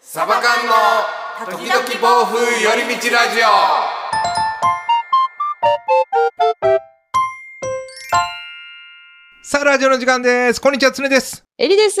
サバ缶の時々暴風寄り道ラジオさあ、ラジオの時間です。こんにちは、つねです。エリです。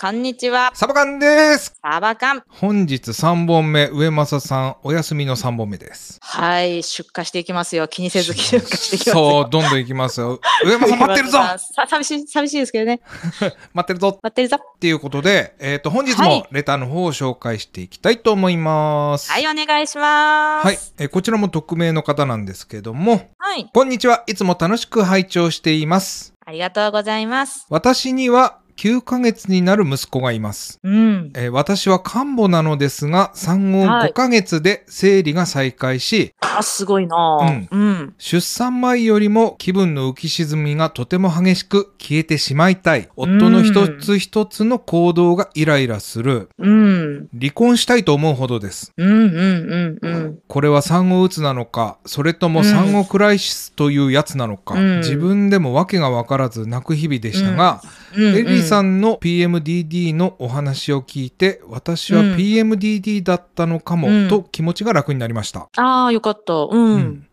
こんにちは。サバカンです。サバ缶。本日3本目、上政さん、お休みの3本目です。はい、出荷していきますよ。気にせず出荷していきますよ。そう、どんどん行きますよ。上政さん待ってるぞさ寂しい、寂しいですけどね。待ってるぞ待ってるぞ。っていうことで、えっ、と、本日はもいレターの方を紹介していきたいと思います。はい、お願いします。はい。えーこちらも匿名の方なんですけども、はい。こんにちは。いつも楽しく拝聴しています。ありがとうございます。私には9ヶ月になる息子がいます。うん。えー私は看護なのですが、産後はい5ヶ月で生理が再開し、あ、すごいなぁうん。出産前よりも気分の浮き沈みがとても激しく消えてしまいたい。夫の一つ一つの行動がイライラする。うん。離婚したいと思うほどです。うん。うん。うん。うん。これは産後うつなのか、それとも産後クライシスというやつなのか、うん自分でも訳がわからず泣く日々でしたが、うん。エリーさん。んの PMDD のお話を聞いて、私はうん PMDD だったのかも、うんと気持ちが楽になりました。ああ、よかった。うん。うん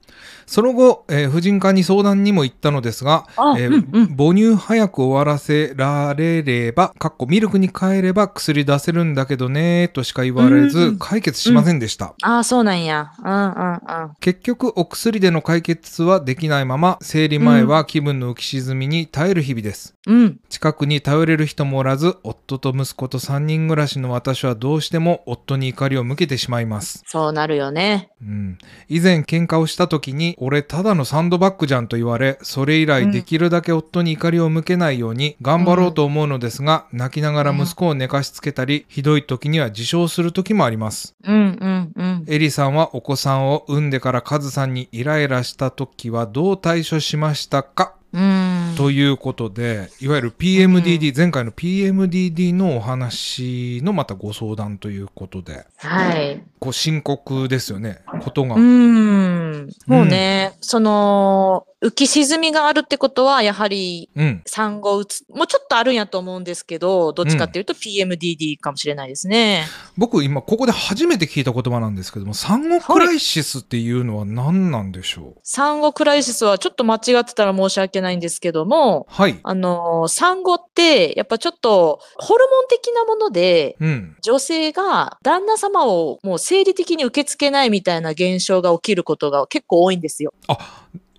その後、えー婦人科に相談にも行ったのですが、あ、えーうん。うん。母乳早く終わらせられれば、かっこミルクに変えれば薬出せるんだけどね、としか言われず、うん解決しませんでした。ああ、そうなんや。うん。うん。うん。結局、お薬での解決はできないまま、生理前は気分の浮き沈みに耐える日々です。うん。近くに頼れる人もおらず夫と息子と3人暮らしの私はどうしても夫に怒りを向けてしまいます、そうなるよね。うん、以前喧嘩をした時に「俺ただのサンドバッグじゃん」と言われそれ以来できるだけ夫に怒りを向けないように頑張ろうと思うのですが、泣きながら息子を寝かしつけたりひどい時には自傷する時もありますうん。うん。うん。エリさんはお子さんを産んでからカズさんにイライラした時はどう対処しましたかうん。ということで、いわゆる PMDD、前回の PMDD のお話のまたご相談ということで、はい。こう深刻ですよね、ことが。うーん。もうね、その、浮き沈みがあるってことは、やはり、うん。産後うつ、もうちょっとあるんやと思うんですけど、どっちかっていうと PMDD かもしれないですね。僕今ここで初めて聞いた言葉なんですけども、産後クライシスっていうのは何なんでしょう産後クライシスはちょっと間違ってたら申し訳ないんですけども、はい。あの、産後って、やっぱちょっと、ホルモン的なもので、うん。女性が旦那様をもう生理的に受け付けないみたいな現象が起きることが結構多いんですよ。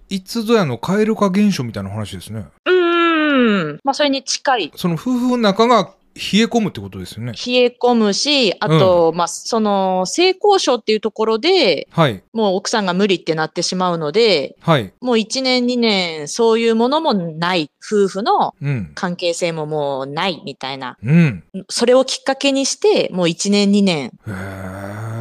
いつぞやの蛙化現象みたいな話ですね。うーん。まあ、それに近いその夫婦の中が冷え込むってことですよね。冷え込むし、あと、まあ、その、性交渉っていうところで、はい。もう奥さんが無理ってなってしまうので、はい。もう1年2年、そういうものもない、夫婦のうん。関係性ももうないみたいな、うん。それをきっかけにして、もう1年2年、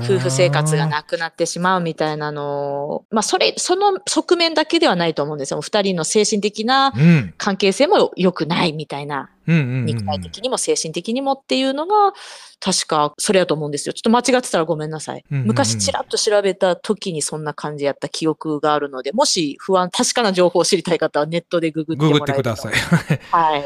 夫夫婦生活がなくなってしまうみたいなのを、まあ、それ、その側面だけではないと思うんですよ。2人の精神的なうん。関係性も良くないみたいな。うんうんうん。肉体的にも精神的にもっていうのが、確かそれやと思うんですよ。ちょっと間違ってたらごめんなさい。うんうんうん昔ちらっと調べた時にそんな感じやった記憶があるので、もし不安、確かな情報を知りたい方はネットでググってグもグらえってくださいい。。はい。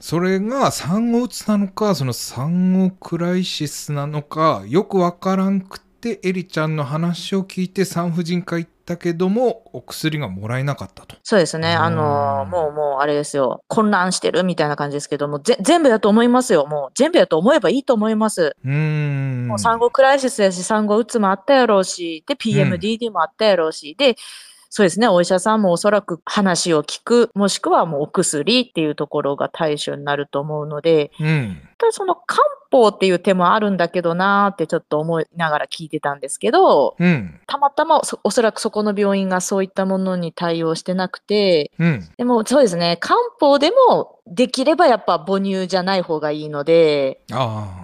それが産後うつなのかその産後クライシスなのかよくわからんくってエリちゃんの話を聞いて産婦人科行ったけどもお薬がもらえなかったと。そうですね。あうのんもうもうあれですよ。混乱してるみたいな感じですけども、ぜ全部やと思いますよ。もう全部やと思えばいいと思います。うーんもう産後クライシスやし、産後うつもあったやろうし、で、PMDD もあったやろうし、で、そうですね、お医者さんもおそらく話を聞く、もしくはもうお薬っていうところが対処になると思うので、うんただその漢方っていう手もあるんだけどなーってちょっと思いながら聞いてたんですけど、うんたまたまそおそらくそこの病院がそういったものに対応してなくて、うんでもそうですね、漢方でもできればやっぱ母乳じゃない方がいいので、あ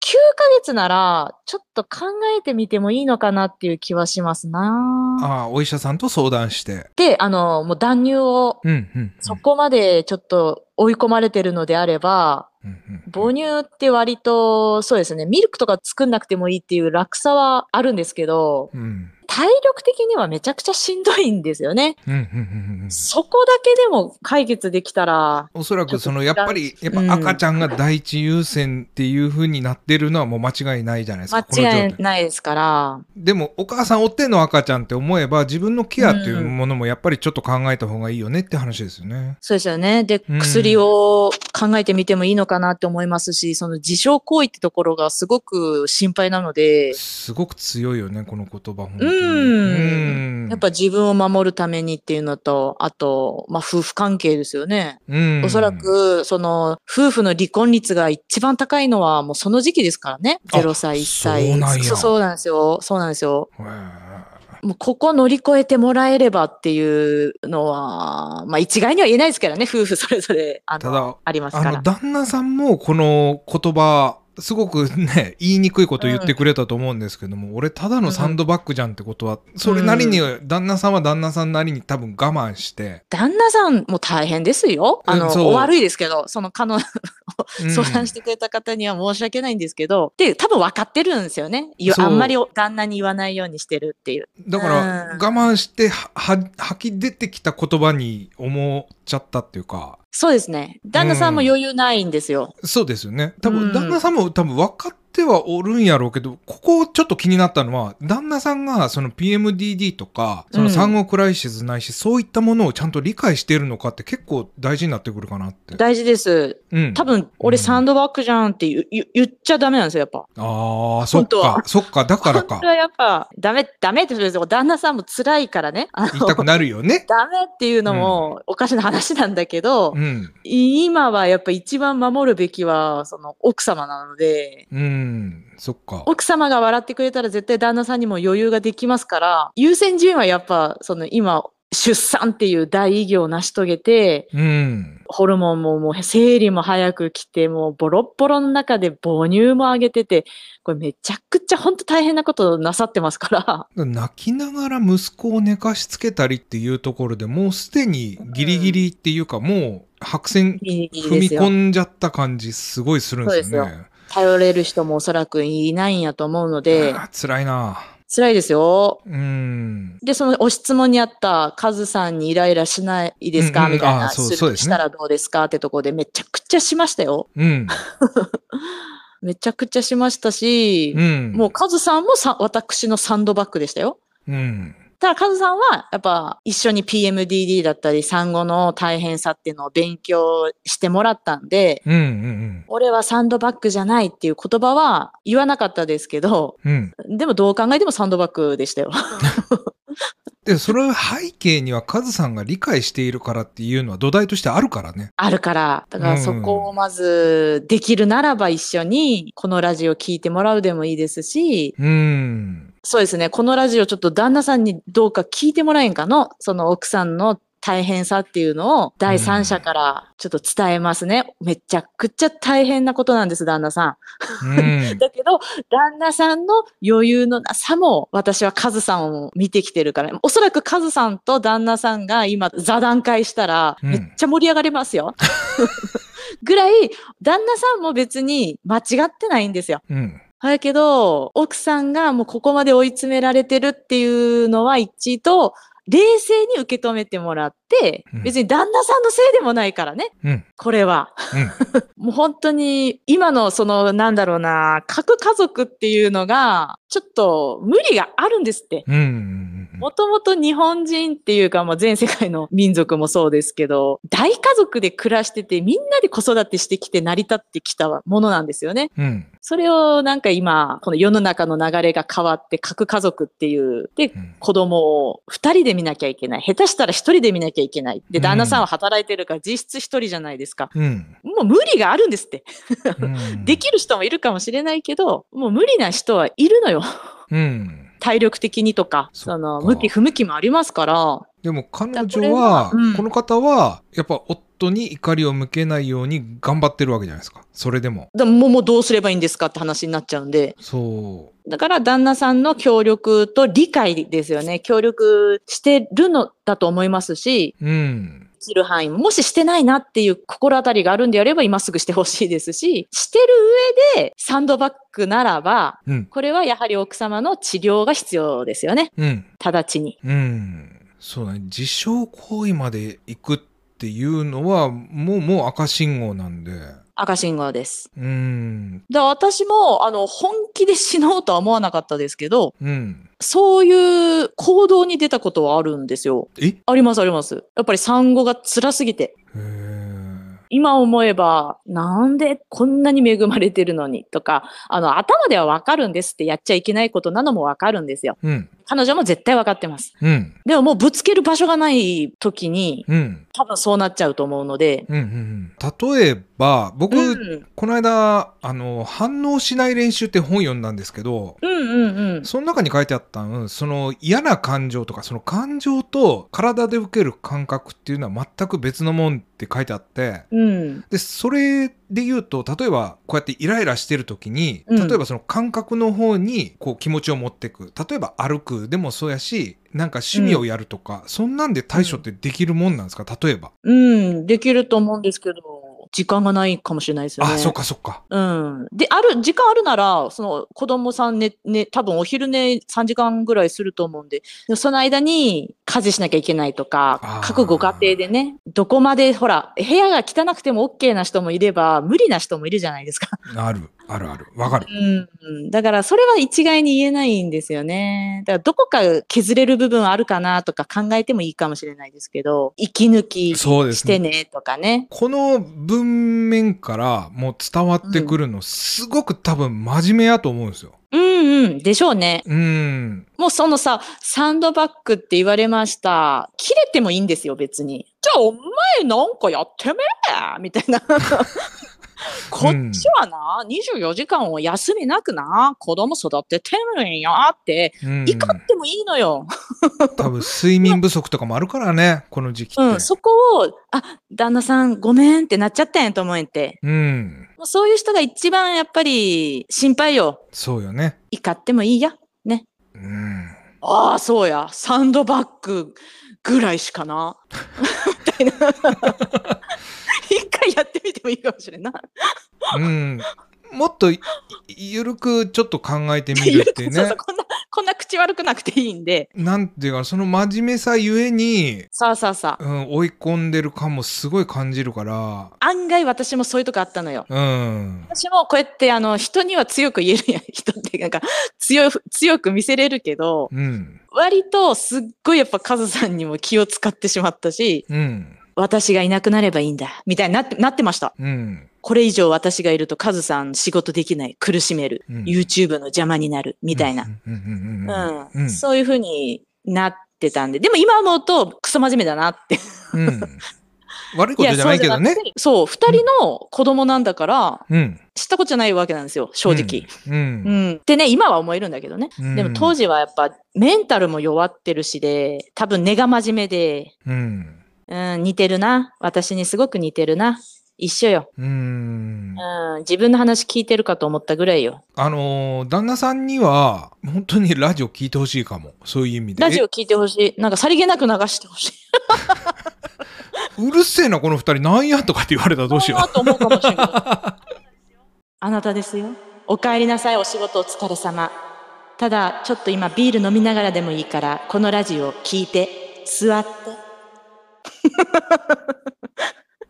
9ヶ月なら、ちょっと考えてみてもいいのかなっていう気はしますーな。あーお医者さんと相談して。で、あの、もう断乳を、うんうんうんそこまでちょっと追い込まれてるのであれば、うんうん母乳って割と、そうですね、ミルクとか作んなくてもいいっていう楽さはあるんですけど、うん体力的にはめちゃくちゃしんどいんですよね。うんうんうんうんそこだけでも解決できたら、おそらくそのちょやっっとぱりやっぱ赤ちゃんが第一優先っていう風になってるのはもう間違いないじゃないです間か。この状違い態ないですから、でもお母さん追ってんの赤ちゃんって思えば自分のケアっていうものもやっぱりちょっと考えた方がいいよねって話ですよね。そうですよね。で、うん薬を考えてみてもいいのかなって思いますし、その自傷行為ってところがすごく心配なので、すごく強いよねこの言葉本当に。うんうんやっぱ自分を守るためにっていうのと、あと、まあ、夫婦関係ですよね。うんおそらく、その、夫婦の離婚率が一番高いのは、もうその時期ですからね。あ0歳、1歳。そうなんやそうそうなんですよ。そうなんですよ。へえもうここ乗り越えてもらえればっていうのは、まあ一概には言えないですからね、夫婦それぞれ、あたの、だありますかあら。の旦那さんもこの言葉すごく ね言いにくいこと言ってくれたと思うんですけども、俺ただのサンドバッグじゃんってことはそれなりに旦那さんは旦那さんなりに多分我 慢して、旦那さんも大変ですよ。あうの、んそうお悪いですけど、その彼女、うん相談してくれた方には申し訳ないんですけど、で、多分分かってるんですよね。言わそうあんまりお旦那に言わないようにしてるっていう。だからう我ん慢してはは吐き出てきた言葉に思っちゃったっていうかそうですね。旦那さんも余裕ないんですよ。そうですよね多う分ん旦那さんも多分分かってはおるんやろうけどここちょっと気になったのは旦那さんがその PMDD とかそのうん産後クライシスないし、そういったものをちゃんと理解しているのかって結構大事になってくるかなって。大事です。うん、多分、俺サンドバッグじゃんって言言言っちゃダメなんですよ、やっぱ。ああそっ本当かはそっかだか らか本当はやっぱ、ダメ、ダメってそれぞれ旦那さんも辛いからね。あの言いたくなるよね。ダメっていうのもおかしな話なんだけど、うん今はやっぱ一番守るべきは、その奥様なので、うんそっか。奥様が笑ってくれたら絶対旦那さんにも余裕ができますから、優先順位はやっぱ、その今、出産っていう大偉業を成し遂げて、うんホルモンももう生理も早く来て、もうボロッボロの中で母乳も上げてて、これめちゃくちゃ本当大変なことなさってますから。泣きながら息子を寝かしつけたりっていうところでもうすでにギリギリっていうか、もう白線いい 踏でみすよ。込んじゃった感じすごいするんですよそうね。頼れる人もおそらくいないんやと思うので、あー辛いな。辛いですよ。うん。で、そのお質問にあった、カズさんにイライラしないですか、うんうんみたいあな、そうするそうですねしたらどうですかってとこでめちゃくちゃしましたよ。うん。めちゃくちゃしましたし、うん。もうカズさんもさ私のサンドバッグでしたよ。うん。ただカズさんはやっぱ一緒に PMDD だったり産後の大変さっていうのを勉強してもらったんで、うん。うん。俺はサンドバッグじゃないっていう言葉は言わなかったですけど、うん。うん。でもどう考えてもサンドバッグでしたよ。 で、それは背景にはカズさんが理解しているからっていうのは土台としてあるからね。あるから。だかうんらそこをまずできるならば一緒にこのラジオ聞いてもらうでもいいですし、うん。そうですね、このラジオちょっと旦那さんにどうか聞いてもらえんかの、その奥さんの大変さっていうのを第三者からちょっと伝えますね。めちゃくちゃ大変なことなんです、旦那さうんん。。だけど、旦那さんの余裕のなさも私はカズさんを見てきてるから、おそらくカズさんと旦那さんが今座談会したらうんめっちゃ盛り上がります よ。ぐらい、旦那さんも別に間違ってないんですよ。うん。だけど、奥さんがもうここまで追い詰められてるっていうのは一度、冷静に受け止めてもらってうん、別に旦那さんのせいでもないからね、うん。これは。もう本当に、今のその、なんだろうな、核家族っていうのが、ちょっと無理があるんですって。うん。うん。もともと日本人っていうか、まあ、全世界の民族もそうですけど、大家族で暮らしてて、みんなで子育てしてきて成り立ってきたものなんですよね。うん。それをなんか今、この世の中の流れが変わって、核家族っていう、でう、ん。子供を二人で見なきゃいけない。下手したら一人で見なきゃいけない。で、うん旦那さんは働いてるから実質一人じゃないですか。うん。もう無理があるんですって。う んできる人もいるかもしれないけど、もう無理な人はいるのよ。 うん。体力的にとか、そっかその、向き不向きもありますから。でも彼女は、これはうんこの方は、やっぱ夫に怒りを向けないように頑張ってるわけじゃないですか。それでも。でももうもうどうすればいいんですかって話になっちゃうんで。そだから旦那さんの協力と理解ですよね。協力してるのだと思いますし、う。うん。きる範囲、もししてないなっていう心当たりがあるんであれば今すぐしてほしいですし、 してる上でサンドバッグならば、うんこれはやはり奥様の治療が必要ですよね。うん。直ちに。うん。そうだね。自傷行為まで行くっていうのは、もう、もう赤信号なんで。赤信号です。うん。で私も、あの、本気で死のうとは思わなかったですけど、うん。そういう行動に出たことはあるんですよ。えへありますあります。やっぱり産後が辛すぎて。え。今思えば、なんでこんなに恵まれてるのにとか、あの、頭ではわかるんですってやっちゃいけないことなのもわかるんですよ。うん。彼女も絶対わかってます。うん。でももうぶつける場所がない時に、うん。多分そうなっちゃうと思うので。うん。うん。例えば、僕、うん。この間、あの、反応しない練習って本読んだんですけど、うんうんうん。その中に書いてあったのその嫌な感情とか、その感情と体で受ける感覚っていうのは全く別のもんって書いてあって、うん。で、それで言うと、例えば、こうやってイライラしてる時に、うん例えばその感覚の方に、こう気持ちを持ってく。例えば歩くでもそうやし、なんか趣味をやるとか、そんなんで対処ってできるもんなんですか例えば。うん。できると思うんですけど、時間がないかもしれないですよね。あ、そっかそっか。うん。で、ある、時間あるなら、その子供さんね、ね、多分お昼寝3時間ぐらいすると思うんで、でその間に家事しなきゃいけないとあかー、各ご家庭でね、どこまで、ほら、部屋が汚くても OK な人もいれば、無理な人もいるじゃないですか。ある、あるある。わかる。うん。だから、それは一概に言えないんですよね。だから、どこか削れる部分あるかなとか考えてもいいかもしれないですけど、息抜きしそうですねて。ねとかね。この文面からもう伝わってくるの、すごく多分真面目やと思うんですよ。うんうん。でしょうね。うん。もうそのさ、サンドバッグって言われました。切れてもいいんですよ、別に。じゃあ、お前なんかやってみれみたい な。こっちはな、24時間を休みなくな、子供育ててるんやって、うん、怒ってもいいのよ。多分睡眠不足とかもあるからね、この時期って。うん、そこを、あ、旦那さんごめんってなっちゃったんやと思えて。うん。もうそういう人が一番やっぱり心配よ。そうよね。怒ってもいいや。ね。うん。ああ、そうや。サンドバッグぐらいしかな。みたいな。一回やってみてもいいかもしれんなうん。もっといゆるくちょっと考えてみい。る っていうそうそねう。こんな、こんな口悪くなくていいんで。なんていうか、その真面目さゆえに、さあさあさあ。うん、追い込んでる感もすごい感じるから、案外私もそういうとこあったのよ。うん。私もこうやってあの人には強く言えるやん。人ってなんか強い強く見せれるけど、うん。割とすっごいやっぱカズさんにも気を使ってしまったし、うん。私がいなくなればいいんだ。みたいになって、なってました。うん。これ以上私がいるとカズさん仕事できない、苦しめる、うん YouTube の邪魔になる、みたいな。うん。うん。うん。うんうん。そういうふうになってたんで。でも今思うと、クソ真面目だなって。うん。悪いことじゃないけどねそう。じゃなくてそう、二人の子供なんだから、うん。知ったことじゃないわけなんですよ、正直。うん。うん。ってね、今は思えるんだけどね。うんでも当時はやっぱ、メンタルも弱ってるしで、多分根が真面目で、うん。うん、似てるな。私にすごく似てるな。一緒よ。うん。うん、自分の話聞いてるかと思ったぐらいよ。あのー旦那さんには、本当にラジオ聞いてほしいかも。そういう意味で。ラジオ聞いてほしい。なんかさりげなく流してほしい。えうるせえな、この二人。なんやとかって言われたらどうしよそうなと思うかもしれない。あなたですよ。お帰りなさい、お仕事お疲れ様。ただ、ちょっと今ビール飲みながらでもいいから、このラジオを聞いて、座って。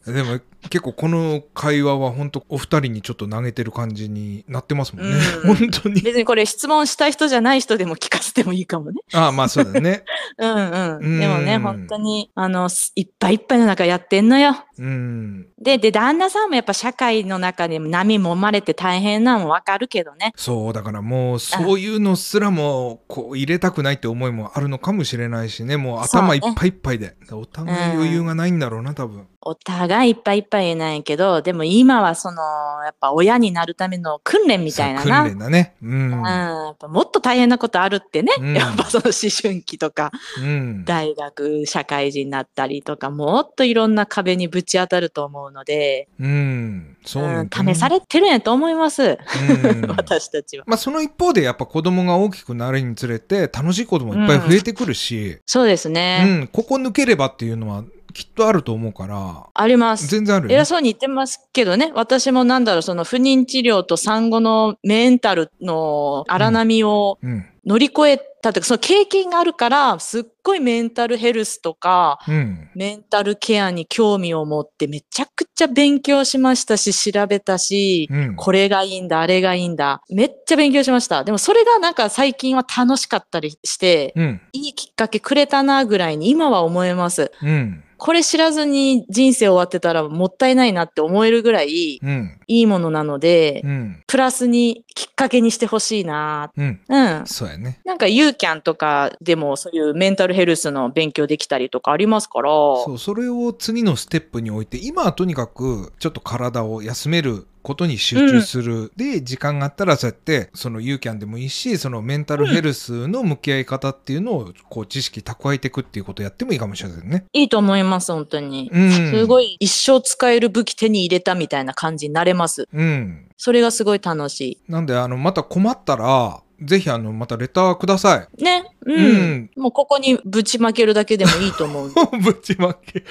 う。 でも、結構この会話は本当お二人にちょっと投げてる感じになってますもんね。うん 本当に。別にこれ質問したい人じゃない人でも聞かせてもいいかもね。ああ、まあそうだね。うんうん。でもうね、ん本当に、あの、すいっぱいいっぱいの中やってんのよ。うん。で、で、旦那さんもやっぱ社会の中で波もまれて大変なのわかるけどね。そう、だからもう、そういうのすらも、こう、入れたくないって思いもあるのかもしれないしね。もう頭いっぱいいっぱいで。お互い余裕がないんだろうな、多分。お互いいっぱいいっぱい言えないけど、でも今はその、やっぱ親になるための訓練みたいなそうな。訓練だね。ううん、ん。やっぱもっと大変なことあるってね。うんやっぱその思春期とか、うん。大学、社会人になったりとか、もっといろんな壁にぶち当たると思うので、うん。そううねん、。試されてるんやと思います。 うん私たちは。まあその一方でやっぱ子供が大きくなるにつれて楽しいこともいっぱい増えてくるし、そうですね。うん、ここ抜ければっていうのはきっとあると思うから、あります。全然あるよ偉ね。そうに言ってますけどね、私もなんだろう、その不妊治療と産後のメンタルの荒波をうん。乗り越えたというか、その経験があるから、すっごいメンタルヘルスとか、うん。メンタルケアに興味を持ってめちゃくちゃ勉強しましたし、調べたし、うん。これがいいんだ、あれがいいんだ。めっちゃ勉強しました。でもそれがなんか最近は楽しかったりして、うん。いいきっかけくれたなぐらいに今は思えます。うん。これ知らずに人生終わってたらもったいないなって思えるぐらいいうん。いものなのでう、ん。プラスにきっかけにしてほしいな。うん。うん。そうやね。なんかユーキャンとかでもそういうメンタルヘルスの勉強できたりとかありますから。そう、それを次のステップに置いて、今はとにかく、ちょっと体を休めることに集中する。で、時間があったら、そうやって、その u キャンでもいいし、そのメンタルヘルスの向き合い方っていうのを、こう、知識蓄えていくっていうことをやってもいいかもしれませんね。いいと思います、本当に。うん。すご。い一生使える武器手に入れたみたいな感じになれます。うん。それがすごい楽しなんで、あの、また困ったら、ぜひ、あの、またレターください。い。ね。うん。もうここにぶちまけるだけでもいいと思う。 ぶちまけ。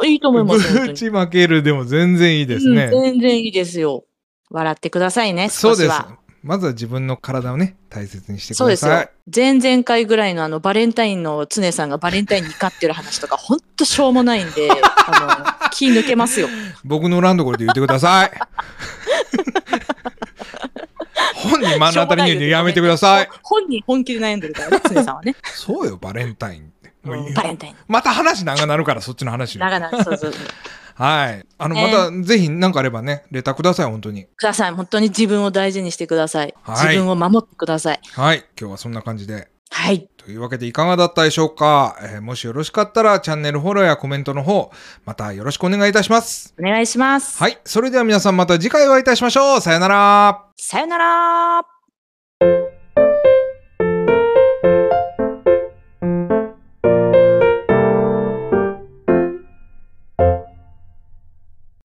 ぶいいと思います、本当ぶに。ちまけるでも全然いいですね。うん全然いいですよ。笑ってくださいね、そ少うしですは。。まずは自分の体をね、大切にしてくそうだですさよい。。前々回ぐらいのあのバレンタインの常さんがバレンタインに怒ってる話とか、ほんとしょうもないん で、あの、気抜けますよ。僕のランドこれで言ってくだ さい。本人目の当たりに言うのやめてください。本人本気で悩んでるからね、常さんはね。そうよ、バレンタインって。も ういいよバレンタイン。また話長なるから、そっちの話よ長々、そう そう。はい。あの、また、ぜひ何かあればね、レターください、本当に。ください。本当に自分を大事にしてください。はい自分を守ってください。はい。今日はそんな感じで。はい。というわけでいかがだったでしょうか、えーもしよろしかったらチャンネルフォローやコメントの方、またよろしくお願いいたします。お願いします。はい。それでは皆さんまた次回お会いいたしましょう。さよなら。さよなら